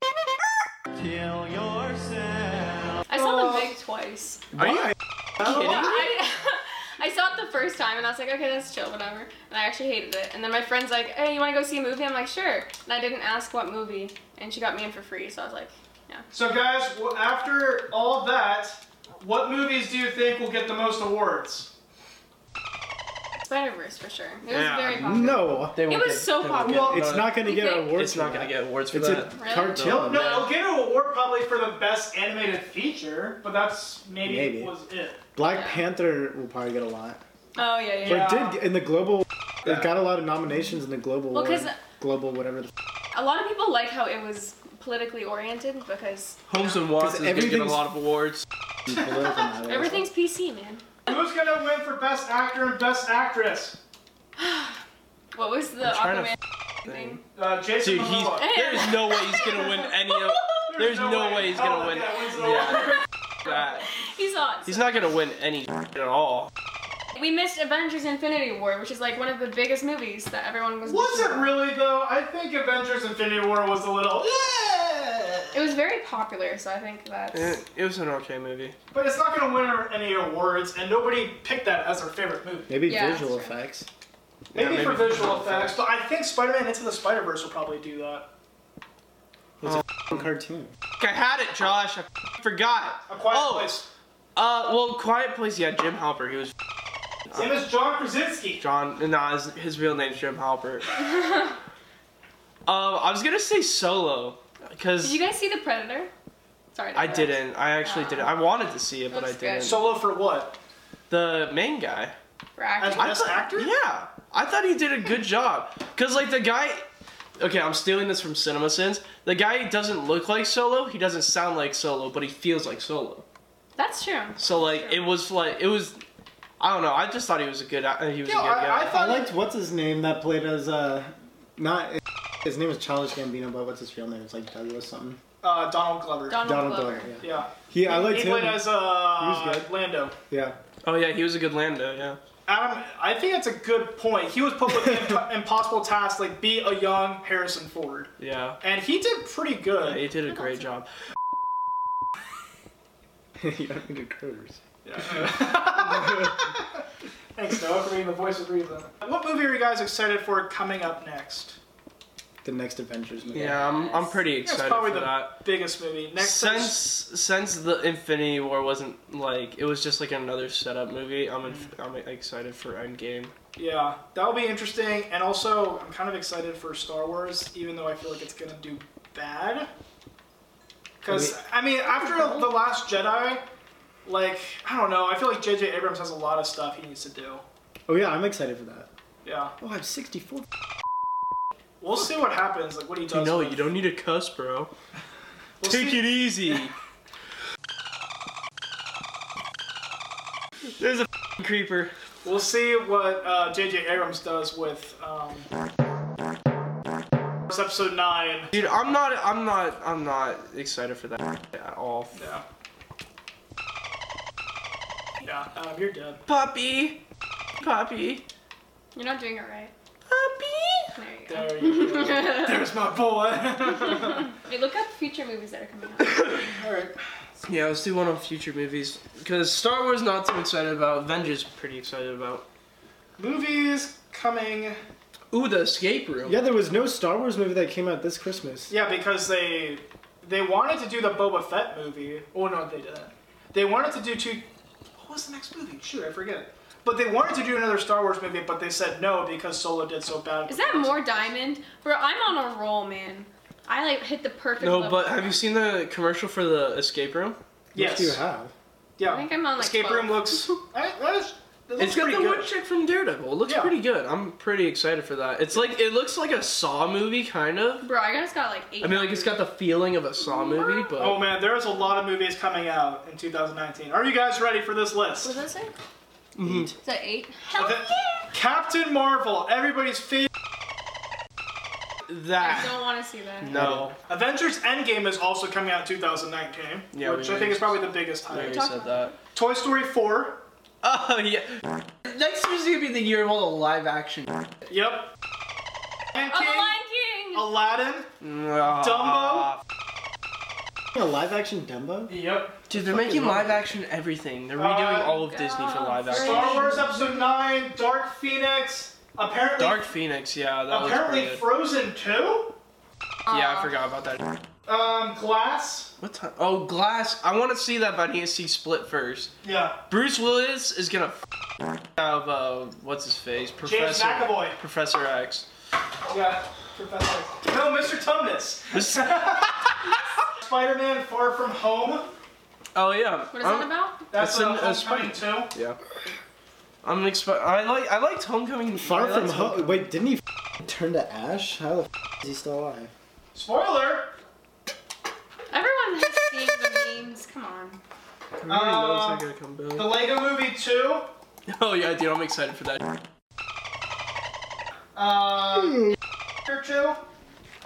[SPEAKER 3] I saw the Meg twice.
[SPEAKER 2] Are you
[SPEAKER 4] Why?
[SPEAKER 3] I, I saw it the first time and I was like, okay, that's chill, whatever. And I actually hated it. And then my friend's like, hey, you want to go see a movie? I'm like, sure. And I didn't ask what movie, and she got me in for free. So I was like, yeah.
[SPEAKER 1] So, guys, w- after all that, what movies do you think will get the most awards?
[SPEAKER 3] Spider Verse for sure. It was
[SPEAKER 2] Yeah.
[SPEAKER 3] very popular.
[SPEAKER 4] No,
[SPEAKER 5] They won't
[SPEAKER 3] It was
[SPEAKER 5] get-
[SPEAKER 3] so
[SPEAKER 5] they won't
[SPEAKER 3] popular.
[SPEAKER 1] Well,
[SPEAKER 5] Get,
[SPEAKER 4] it's
[SPEAKER 5] no,
[SPEAKER 4] not gonna
[SPEAKER 3] You
[SPEAKER 4] get
[SPEAKER 3] think-
[SPEAKER 4] an award.
[SPEAKER 5] It's not gonna get awards for
[SPEAKER 4] It's a
[SPEAKER 5] that.
[SPEAKER 3] Really?
[SPEAKER 2] Oh,
[SPEAKER 4] cartoon.
[SPEAKER 1] No, it'll get an award probably for the best animated feature, but that's maybe,
[SPEAKER 4] Maybe.
[SPEAKER 1] was it.
[SPEAKER 4] Black
[SPEAKER 3] Yeah.
[SPEAKER 4] Panther will probably get a lot.
[SPEAKER 3] Oh yeah, yeah.
[SPEAKER 4] But
[SPEAKER 1] Yeah.
[SPEAKER 4] it did get- in the global.
[SPEAKER 1] Yeah.
[SPEAKER 4] It got a lot of nominations in the global.
[SPEAKER 3] Well, 'cause-
[SPEAKER 4] award- global whatever. The,
[SPEAKER 3] A lot of people like how it was politically oriented because
[SPEAKER 2] Holmes and Watson is gonna get a
[SPEAKER 4] everything's-
[SPEAKER 2] lot of awards.
[SPEAKER 4] political matter.
[SPEAKER 3] everything's PC, man.
[SPEAKER 1] Who's gonna win for best actor and best actress?
[SPEAKER 3] What was the
[SPEAKER 5] I'm trying to
[SPEAKER 3] Aquaman thing?
[SPEAKER 1] Uh, Jason
[SPEAKER 2] Dude, he's
[SPEAKER 1] Momoa.
[SPEAKER 2] there is no way he's gonna win any of. There's no way he's
[SPEAKER 1] in hell
[SPEAKER 2] gonna win.
[SPEAKER 1] that guy wins an
[SPEAKER 2] Yeah,
[SPEAKER 1] award.
[SPEAKER 2] that.
[SPEAKER 3] He's hot.
[SPEAKER 2] He's not gonna win any at all.
[SPEAKER 3] We missed Avengers: Infinity War, which is like one of the biggest movies that everyone was.
[SPEAKER 1] Was it
[SPEAKER 3] missing.
[SPEAKER 1] really though? I think Avengers: Infinity War was a little. "Eh,"
[SPEAKER 3] It was very popular, so I think that's.
[SPEAKER 2] It, it was an okay movie.
[SPEAKER 1] But it's not gonna win any awards, and nobody picked that as their favorite movie.
[SPEAKER 4] Maybe
[SPEAKER 3] Yeah,
[SPEAKER 4] visual
[SPEAKER 3] that's true.
[SPEAKER 4] effects.
[SPEAKER 1] Maybe,
[SPEAKER 2] Yeah, maybe
[SPEAKER 1] for visual effects, but I think Spider-Man Into the Spider-Verse will probably do that.
[SPEAKER 4] F***ing Cartoon.
[SPEAKER 2] I had it, Josh. I f- forgot.
[SPEAKER 1] A Quiet
[SPEAKER 2] oh,
[SPEAKER 1] Place.
[SPEAKER 2] Uh, well, Quiet Place. Yeah, Jim Halpert. He was f-
[SPEAKER 1] Same as John Krasinski.
[SPEAKER 2] John. Nah, his, his real name's Jim Halpert. um, I was gonna say Solo,
[SPEAKER 3] Did
[SPEAKER 2] because
[SPEAKER 3] you guys see the Predator? Sorry. to
[SPEAKER 2] I
[SPEAKER 3] interrupt.
[SPEAKER 2] didn't. I actually
[SPEAKER 3] Ah.
[SPEAKER 2] didn't. I wanted to see it, but I
[SPEAKER 3] Looks good.
[SPEAKER 2] didn't.
[SPEAKER 1] Solo for what?
[SPEAKER 2] the main guy.
[SPEAKER 3] For acting.
[SPEAKER 1] As- Best actor?
[SPEAKER 2] Yeah, I thought he did a good job. Cause like the guy, okay, I'm stealing this from CinemaSins. The guy doesn't look like Solo. He doesn't sound like Solo, but he feels like Solo.
[SPEAKER 3] That's true.
[SPEAKER 2] So like it was like it was. I don't know. I just thought he was a good. uh, He was
[SPEAKER 1] Yeah,
[SPEAKER 2] a good
[SPEAKER 1] I,
[SPEAKER 2] guy.
[SPEAKER 1] I
[SPEAKER 4] I
[SPEAKER 1] thought
[SPEAKER 4] liked what's his name that played as uh, not his name was Childish Gambino, but what's his real name? It's like Douglas something.
[SPEAKER 1] uh, Donald Glover.
[SPEAKER 3] Donald,
[SPEAKER 4] Donald
[SPEAKER 3] Glover.
[SPEAKER 4] Glover. Yeah.
[SPEAKER 1] yeah.
[SPEAKER 4] He, I liked
[SPEAKER 1] he
[SPEAKER 4] him.
[SPEAKER 1] played as
[SPEAKER 4] He was
[SPEAKER 1] uh,
[SPEAKER 4] good.
[SPEAKER 1] Lando.
[SPEAKER 4] yeah.
[SPEAKER 2] oh yeah, he was a good Lando. Yeah.
[SPEAKER 1] Adam, I think that's a good point. He was put with the imp- impossible task, like be a young Harrison Ford,
[SPEAKER 2] Yeah.
[SPEAKER 1] and he did pretty
[SPEAKER 2] Yeah,
[SPEAKER 1] good.
[SPEAKER 2] he did a great job.
[SPEAKER 4] you don't need to curse.
[SPEAKER 1] Thanks, Noah, for being the voice of reason. What movie are you guys excited for coming up next?
[SPEAKER 4] The next Avengers movie.
[SPEAKER 2] Yeah, I'm, I'm pretty
[SPEAKER 1] It's
[SPEAKER 2] excited
[SPEAKER 1] probably
[SPEAKER 2] for
[SPEAKER 1] the
[SPEAKER 2] that.
[SPEAKER 1] biggest movie. Next
[SPEAKER 2] since since the Infinity War wasn't like it was just like another setup movie, I'm in,
[SPEAKER 1] Mm.
[SPEAKER 2] I'm excited for Endgame.
[SPEAKER 1] Yeah, that'll be interesting. And also, I'm kind of excited for Star Wars, even though I feel like it's gonna do bad. Because I mean, after the Last Jedi, like I don't know, I feel like J.J. Abrams has a lot of stuff he needs to do.
[SPEAKER 4] Oh yeah, I'm excited for that.
[SPEAKER 1] Yeah,
[SPEAKER 4] Oh, I'm 64.
[SPEAKER 1] we'll see what happens. Like what he does.
[SPEAKER 2] You know,
[SPEAKER 1] with-
[SPEAKER 2] you don't need to cuss, bro.
[SPEAKER 1] We'll
[SPEAKER 2] Take
[SPEAKER 1] see-
[SPEAKER 2] it easy. There's a f***ing creeper.
[SPEAKER 1] We'll see what uh, J.J. Abrams does with. Um, it's episode nine.
[SPEAKER 2] Dude, I'm not, I'm not, I'm not excited for that at all.
[SPEAKER 1] Yeah. Yeah, um, you're dead.
[SPEAKER 2] Puppy, puppy,
[SPEAKER 3] You're not doing it right.
[SPEAKER 2] puppy.
[SPEAKER 3] There you go.
[SPEAKER 1] There you go.
[SPEAKER 3] if
[SPEAKER 1] There's my boy.
[SPEAKER 3] you look up future movies that are coming out.
[SPEAKER 1] All right.
[SPEAKER 2] Yeah, let's do one on future movies. Cause Star Wars, not too excited about. Avengers, pretty excited about.
[SPEAKER 1] Movies coming.
[SPEAKER 2] Ooh, the escape room.
[SPEAKER 4] Yeah, there was no Star Wars movie that came out this Christmas.
[SPEAKER 1] Yeah, because they they wanted to do the Boba Fett movie. Oh no, they didn't. They wanted to do two. What was the next movie? Shoot, I forget. But they wanted to do another Star Wars movie, but they said no because Solo did so bad.
[SPEAKER 3] Is that more diamond? Bro, I'm on a roll, man. I like hit the perfect.
[SPEAKER 2] No,
[SPEAKER 3] level.
[SPEAKER 2] but have you seen the commercial for the escape room?
[SPEAKER 4] What
[SPEAKER 1] Yes.
[SPEAKER 4] do you have?
[SPEAKER 1] Yeah.
[SPEAKER 3] I think I'm on like.
[SPEAKER 1] Escape
[SPEAKER 3] 12.
[SPEAKER 1] Room looks. I, that is, that looks
[SPEAKER 2] It's got
[SPEAKER 1] pretty
[SPEAKER 2] the
[SPEAKER 1] good.
[SPEAKER 2] wood chick from Daredevil. It looks
[SPEAKER 1] Yeah.
[SPEAKER 2] pretty good. I'm pretty excited for that. It's like it looks like a Saw movie, kind of.
[SPEAKER 3] Bro, I just got like eight.
[SPEAKER 2] I mean, like it's got the feeling of a Saw movie, but
[SPEAKER 1] Oh man, there's a lot of movies coming out in 2019. Are you guys ready for this
[SPEAKER 3] What does
[SPEAKER 1] list?
[SPEAKER 3] that say?
[SPEAKER 2] Mhm.
[SPEAKER 3] Is that eight? Hell
[SPEAKER 1] Okay.
[SPEAKER 3] yeah!
[SPEAKER 1] Captain Marvel, everybody's favorite.
[SPEAKER 3] I
[SPEAKER 2] that
[SPEAKER 3] don't want to see that.
[SPEAKER 2] no.
[SPEAKER 1] Avengers Endgame is also coming out in 2019,
[SPEAKER 2] Yeah,
[SPEAKER 1] which
[SPEAKER 2] we
[SPEAKER 1] I think
[SPEAKER 2] already-
[SPEAKER 1] is probably the biggest
[SPEAKER 2] I
[SPEAKER 1] hype.
[SPEAKER 2] already said that.
[SPEAKER 1] Toy Story 4.
[SPEAKER 2] Oh yeah. Next year's gonna be the year of all the live action.
[SPEAKER 1] Yep. Lion
[SPEAKER 3] Oh, the
[SPEAKER 1] King.
[SPEAKER 3] Lion
[SPEAKER 2] Oh.
[SPEAKER 1] Aladdin.
[SPEAKER 2] Dumbo.
[SPEAKER 4] A live action Dumbo?
[SPEAKER 1] Yep.
[SPEAKER 2] Dude, they're making live action everything. They're redoing
[SPEAKER 1] Uh,
[SPEAKER 2] all of Disney for live
[SPEAKER 3] Oh, God.
[SPEAKER 2] action.
[SPEAKER 1] Star Wars Episode Nine, Dark Phoenix. Apparently,
[SPEAKER 2] Dark Phoenix, yeah, that was
[SPEAKER 1] apparently
[SPEAKER 2] pretty good.
[SPEAKER 1] Frozen Two.
[SPEAKER 2] Yeah, I forgot about that.
[SPEAKER 1] Um, Glass.
[SPEAKER 2] What time? Oh, Glass. I want to see that, but I need to see Split first.
[SPEAKER 1] Yeah.
[SPEAKER 2] Bruce Willis is gonna f- out of uh, what's his
[SPEAKER 1] James
[SPEAKER 2] face, Professor
[SPEAKER 1] McAvoy.
[SPEAKER 2] Professor X.
[SPEAKER 1] Yeah. Professor. No, Mr. Tumnus.
[SPEAKER 2] This-
[SPEAKER 1] Spider-Man: Far From Home.
[SPEAKER 2] oh yeah.
[SPEAKER 3] What is
[SPEAKER 2] I'm,
[SPEAKER 3] that about?
[SPEAKER 1] That's
[SPEAKER 2] It's an-
[SPEAKER 1] uh,
[SPEAKER 2] a
[SPEAKER 1] Homecoming Two.
[SPEAKER 2] Yeah. I'm expe- I like I liked Homecoming.
[SPEAKER 4] Far
[SPEAKER 2] I
[SPEAKER 4] from
[SPEAKER 2] liked
[SPEAKER 4] home. Wait, didn't he f- turn to ash? How the f- is he still alive?
[SPEAKER 1] Spoiler.
[SPEAKER 3] Everyone has seen the memes. Come on.
[SPEAKER 2] Homecoming. I really
[SPEAKER 1] Um,
[SPEAKER 2] knows I gotta come
[SPEAKER 1] The
[SPEAKER 2] back.
[SPEAKER 1] Lego Movie Two.
[SPEAKER 2] Oh yeah, dude, I'm excited for that.
[SPEAKER 1] Um, year two. Uh,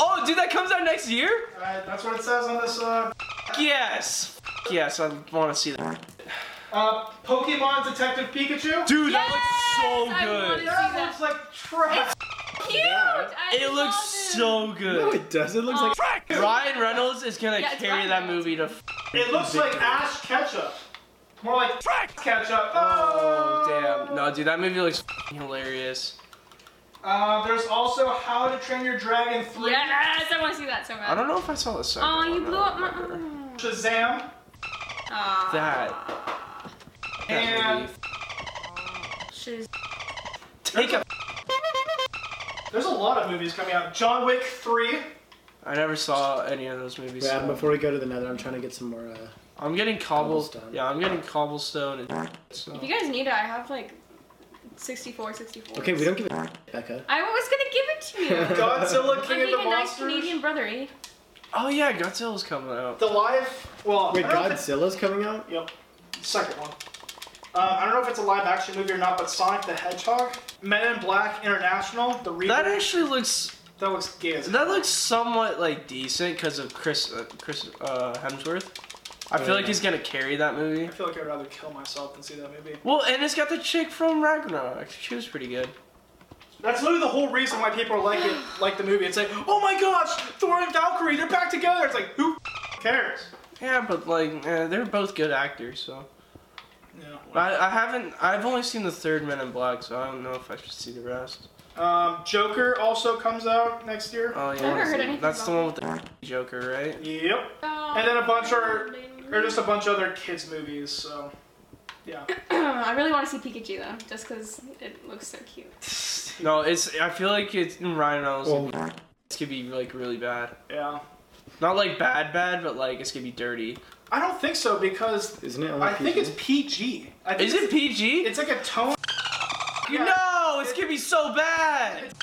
[SPEAKER 2] Oh, dude, that comes out next year.
[SPEAKER 1] that's what it says on this. Uh,
[SPEAKER 2] Yes. F- Yes, I want to see that.
[SPEAKER 1] uh, Pokemon Detective Pikachu.
[SPEAKER 2] Dude,
[SPEAKER 3] Yes, I
[SPEAKER 2] that looks so good.
[SPEAKER 3] wanna-
[SPEAKER 1] That looks like trash.
[SPEAKER 3] Cute. I
[SPEAKER 2] It looks
[SPEAKER 3] love
[SPEAKER 2] so
[SPEAKER 4] No,
[SPEAKER 2] good.
[SPEAKER 4] it does. It looks
[SPEAKER 3] Oh.
[SPEAKER 4] like.
[SPEAKER 2] Ryan Reynolds is gonna
[SPEAKER 3] Yeah, it's
[SPEAKER 2] carry
[SPEAKER 3] Ryan
[SPEAKER 2] that
[SPEAKER 3] Reynolds.
[SPEAKER 2] movie to. F-
[SPEAKER 1] It looks like Ash Ketchup. More like trash ketchup.
[SPEAKER 2] oh damn! No, dude, that movie looks f- hilarious.
[SPEAKER 1] Uh, there's also How to Train Your Dragon
[SPEAKER 3] it.
[SPEAKER 1] Three.
[SPEAKER 3] Yes, I want to see that so
[SPEAKER 2] I
[SPEAKER 3] bad.
[SPEAKER 2] don't know if I saw the second.
[SPEAKER 3] Oh,
[SPEAKER 2] one,
[SPEAKER 3] you
[SPEAKER 2] I
[SPEAKER 3] blew
[SPEAKER 2] don't
[SPEAKER 3] up my.
[SPEAKER 2] remember.
[SPEAKER 1] Shazam.
[SPEAKER 3] Aw.
[SPEAKER 2] That. that
[SPEAKER 1] And-
[SPEAKER 2] movie.
[SPEAKER 3] She's.
[SPEAKER 2] Take a.
[SPEAKER 1] There's a lot of movies coming out. John Wick Three.
[SPEAKER 2] I never saw any of those movies.
[SPEAKER 4] Brad,
[SPEAKER 2] so-
[SPEAKER 4] Oh. before we go to the nether, I'm trying to get some more. Uh,
[SPEAKER 2] I'm getting cobblestone.
[SPEAKER 4] Cobblestone.
[SPEAKER 2] Yeah, I'm getting cobblestone and. So.
[SPEAKER 3] If you guys need it, I have like 64, 64.
[SPEAKER 4] okay, we don't give a Becca.
[SPEAKER 3] I was gonna give it to you.
[SPEAKER 1] Godzilla
[SPEAKER 3] I'm
[SPEAKER 1] King of
[SPEAKER 3] being
[SPEAKER 1] the
[SPEAKER 3] a nice
[SPEAKER 1] Monsters.
[SPEAKER 3] Canadian brother, eh?
[SPEAKER 2] Oh yeah, Godzilla's coming out.
[SPEAKER 1] The live. Well,
[SPEAKER 4] Wait,
[SPEAKER 1] I don't know if
[SPEAKER 4] Godzilla's coming out?
[SPEAKER 1] it- Yep. Second one. Um, I don't know if it's a live action movie or not, but Sonic the Hedgehog, Men in Black International, the reboot.
[SPEAKER 2] That actually looks.
[SPEAKER 1] That looks gay. as
[SPEAKER 2] That
[SPEAKER 1] hell.
[SPEAKER 2] looks somewhat like decent because of Chris uh, Chris uh, Hemsworth. I feel like he's gonna carry that movie.
[SPEAKER 1] I feel like I'd rather kill myself than see that movie.
[SPEAKER 2] Well, and it's got the chick from Ragnarok. She was pretty good.
[SPEAKER 1] That's literally the whole reason why people like it, like the movie. It's like, oh my gosh, Thor and Valkyrie, they're back together. It's like, who cares?
[SPEAKER 2] Yeah, but like eh, they're both good actors, so.
[SPEAKER 1] Yeah.
[SPEAKER 2] I, I haven't. I've only seen the third Men in Black, so I don't know if I should see the rest.
[SPEAKER 1] Um, Joker also comes out next year.
[SPEAKER 2] Oh yeah,
[SPEAKER 3] never
[SPEAKER 2] that's-
[SPEAKER 3] heard anything
[SPEAKER 2] that's the one
[SPEAKER 3] about
[SPEAKER 2] with the Joker, right?
[SPEAKER 1] Yep. And then a bunch are, or just a bunch of other kids movies. So, yeah.
[SPEAKER 3] I really want to see Pikachu though, just because it looks so cute.
[SPEAKER 2] No, it's. I feel like it's Ryan Reynolds.
[SPEAKER 4] Well,
[SPEAKER 2] It's gonna be like really bad.
[SPEAKER 1] Yeah.
[SPEAKER 2] Not like bad, bad, but like it's gonna be dirty.
[SPEAKER 1] I don't think so because
[SPEAKER 4] isn't it? Only
[SPEAKER 1] I think
[SPEAKER 4] PG?
[SPEAKER 1] it's PG. I think
[SPEAKER 2] Is it
[SPEAKER 1] it's-
[SPEAKER 2] PG?
[SPEAKER 1] It's like a tone.
[SPEAKER 2] you
[SPEAKER 1] yeah.
[SPEAKER 2] know, it's gonna be so bad.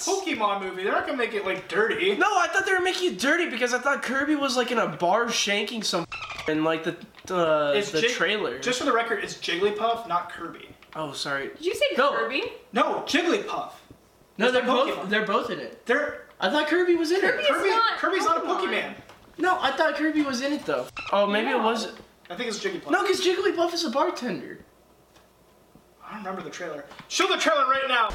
[SPEAKER 1] Pokemon movie. They're not gonna make it like dirty.
[SPEAKER 2] No, I thought they were making it dirty because I thought Kirby was like in a bar shanking some in like the uh,
[SPEAKER 1] It's
[SPEAKER 2] the
[SPEAKER 1] Jig-
[SPEAKER 2] trailer.
[SPEAKER 1] Just for the record, it's Jigglypuff, not Kirby.
[SPEAKER 2] oh, sorry.
[SPEAKER 3] Did you say
[SPEAKER 2] No.
[SPEAKER 3] Kirby?
[SPEAKER 1] No, Jigglypuff.
[SPEAKER 2] No,
[SPEAKER 1] It's
[SPEAKER 2] they're
[SPEAKER 1] the
[SPEAKER 2] both
[SPEAKER 1] Pokemon.
[SPEAKER 2] they're both in it.
[SPEAKER 1] They're
[SPEAKER 2] I thought Kirby was in
[SPEAKER 3] Kirby
[SPEAKER 2] it.
[SPEAKER 3] is-
[SPEAKER 1] Kirby,
[SPEAKER 3] not
[SPEAKER 1] Kirby's not a
[SPEAKER 3] Pokemon.
[SPEAKER 1] Pokemon.
[SPEAKER 2] No, I thought Kirby was in it though. Oh, maybe it
[SPEAKER 3] No.
[SPEAKER 2] was.
[SPEAKER 1] I think it's Jigglypuff.
[SPEAKER 2] No, because Jigglypuff is a bartender.
[SPEAKER 1] I don't remember the trailer. Show the trailer right now.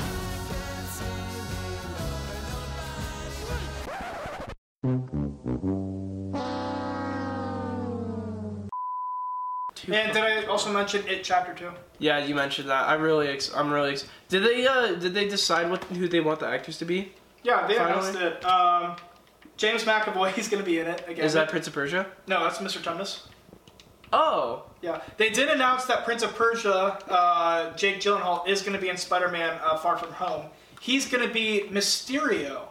[SPEAKER 1] And did I also mention it chapter two?
[SPEAKER 2] Yeah, you mentioned that. I really, ex- I'm really. Ex- did they, uh, did they decide what who they want the actors to be?
[SPEAKER 1] Yeah, they
[SPEAKER 2] Finally.
[SPEAKER 1] announced it. Um, James McAvoy, he's gonna be in it again.
[SPEAKER 2] Is that Prince of Persia?
[SPEAKER 1] no? That's Mr. Tumnus.
[SPEAKER 2] Oh,
[SPEAKER 1] Yeah, they did announce that Prince of Persia, uh, Jake Gyllenhaal, is gonna be in Spider-Man: uh, Far From Home. He's gonna be Mysterio.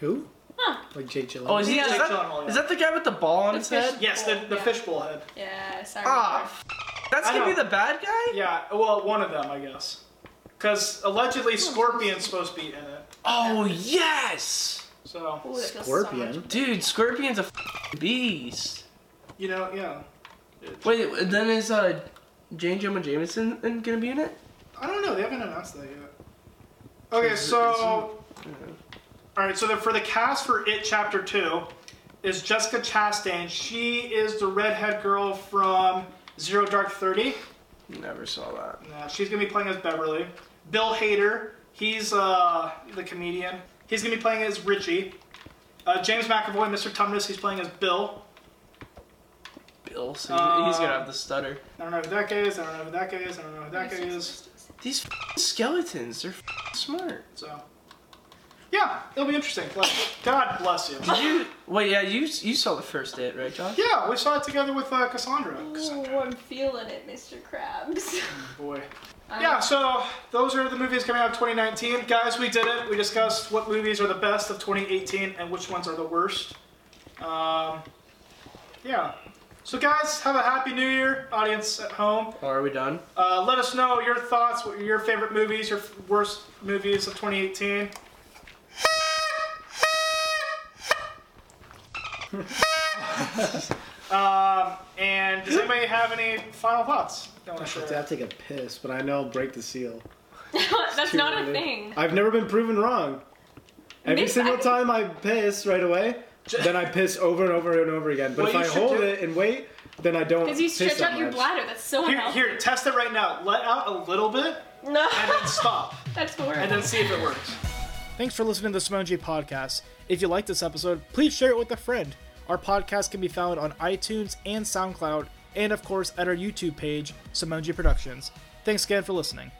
[SPEAKER 4] Who?
[SPEAKER 3] Huh.
[SPEAKER 4] Like Jake Gyllenhaal.
[SPEAKER 2] oh, is, he,
[SPEAKER 1] Yeah,
[SPEAKER 2] is,
[SPEAKER 1] Jake
[SPEAKER 2] that,
[SPEAKER 1] Gyllenhaal,
[SPEAKER 2] is
[SPEAKER 1] yeah.
[SPEAKER 2] that the guy with the ball on
[SPEAKER 3] The
[SPEAKER 2] his
[SPEAKER 3] fish-
[SPEAKER 2] head?
[SPEAKER 1] Yes, the, the
[SPEAKER 3] Yeah.
[SPEAKER 1] fishbowl head.
[SPEAKER 3] Yeah, sorry.
[SPEAKER 2] Ah, f- that's
[SPEAKER 1] I
[SPEAKER 2] gonna be
[SPEAKER 1] know.
[SPEAKER 2] the bad guy.
[SPEAKER 1] Yeah, well, one of them, I guess. Because allegedly Scorpion's supposed to be in it.
[SPEAKER 2] Oh yes,
[SPEAKER 1] So,
[SPEAKER 3] Ooh, that feels
[SPEAKER 4] Scorpion.
[SPEAKER 3] So much.
[SPEAKER 2] dude, Scorpion's a f- beast.
[SPEAKER 1] you know, yeah.
[SPEAKER 2] Wait, then is uh, Jane Gemma Jameson in- gonna be in it?
[SPEAKER 1] I don't know, they haven't announced that yet. Okay, so. Alright, so the, for the cast for It Chapter 2 is Jessica Chastain. She is the redhead girl from Zero Dark 30.
[SPEAKER 2] Never saw that.
[SPEAKER 1] Nah, she's gonna be playing as Beverly. Bill Hader, he's uh, the comedian. He's gonna be playing as Richie. Uh, James McAvoy, Mr. Tumnus, he's playing as Bill.
[SPEAKER 2] Bill, so he-
[SPEAKER 1] Uh,
[SPEAKER 2] he's gonna have the stutter.
[SPEAKER 1] I don't know who that guy is. I don't know who that guy is. I don't know who that guy is.
[SPEAKER 2] These f***ing skeletons, they're f***ing smart.
[SPEAKER 1] So, yeah, it'll be interesting. Like, God bless you.
[SPEAKER 2] You, wait, yeah, you you saw the first it, right, Josh?
[SPEAKER 1] Yeah, we saw it together with uh, Cassandra.
[SPEAKER 3] Ooh, I'm feeling it, Mr. Krabs.
[SPEAKER 1] Boy.
[SPEAKER 3] Um,
[SPEAKER 1] Yeah, so those are the movies coming out of 2019. Guys, we did it. We discussed what movies are the best of 2018 and which ones are the worst. Um, yeah. So, guys, have a happy new year, audience at home.
[SPEAKER 2] Are we done?
[SPEAKER 1] Uh, let us know your thoughts, what your favorite movies, your f- worst movies of 2018. um, and does anybody have any final thoughts? Don't wanna
[SPEAKER 4] I
[SPEAKER 1] share?
[SPEAKER 4] have to take a piss, but I know I'll break the seal.
[SPEAKER 3] That's
[SPEAKER 4] too
[SPEAKER 3] not a
[SPEAKER 4] early.
[SPEAKER 3] thing.
[SPEAKER 4] I've never been proven wrong. Every
[SPEAKER 3] Miss-
[SPEAKER 4] single
[SPEAKER 3] I-
[SPEAKER 4] time I piss right away, then I piss over and over and over again. But
[SPEAKER 2] What
[SPEAKER 4] if
[SPEAKER 2] you
[SPEAKER 4] I
[SPEAKER 2] should
[SPEAKER 4] hold
[SPEAKER 2] do-
[SPEAKER 4] it and wait, then I don't.
[SPEAKER 3] Because you
[SPEAKER 4] piss
[SPEAKER 3] stretch
[SPEAKER 4] that
[SPEAKER 3] out your
[SPEAKER 4] much.
[SPEAKER 3] bladder. That's so
[SPEAKER 1] Here,
[SPEAKER 3] unhealthy.
[SPEAKER 1] here, test it right now. Let out a little bit
[SPEAKER 3] No,
[SPEAKER 1] and then stop,
[SPEAKER 3] that's horrible.
[SPEAKER 1] and then see if it works.
[SPEAKER 6] Thanks for listening to the Simone J Podcast. If you like this episode, please share it with a friend. Our podcast can be found on iTunes and SoundCloud, and of course at our YouTube page, Simone J Productions. Thanks again for listening.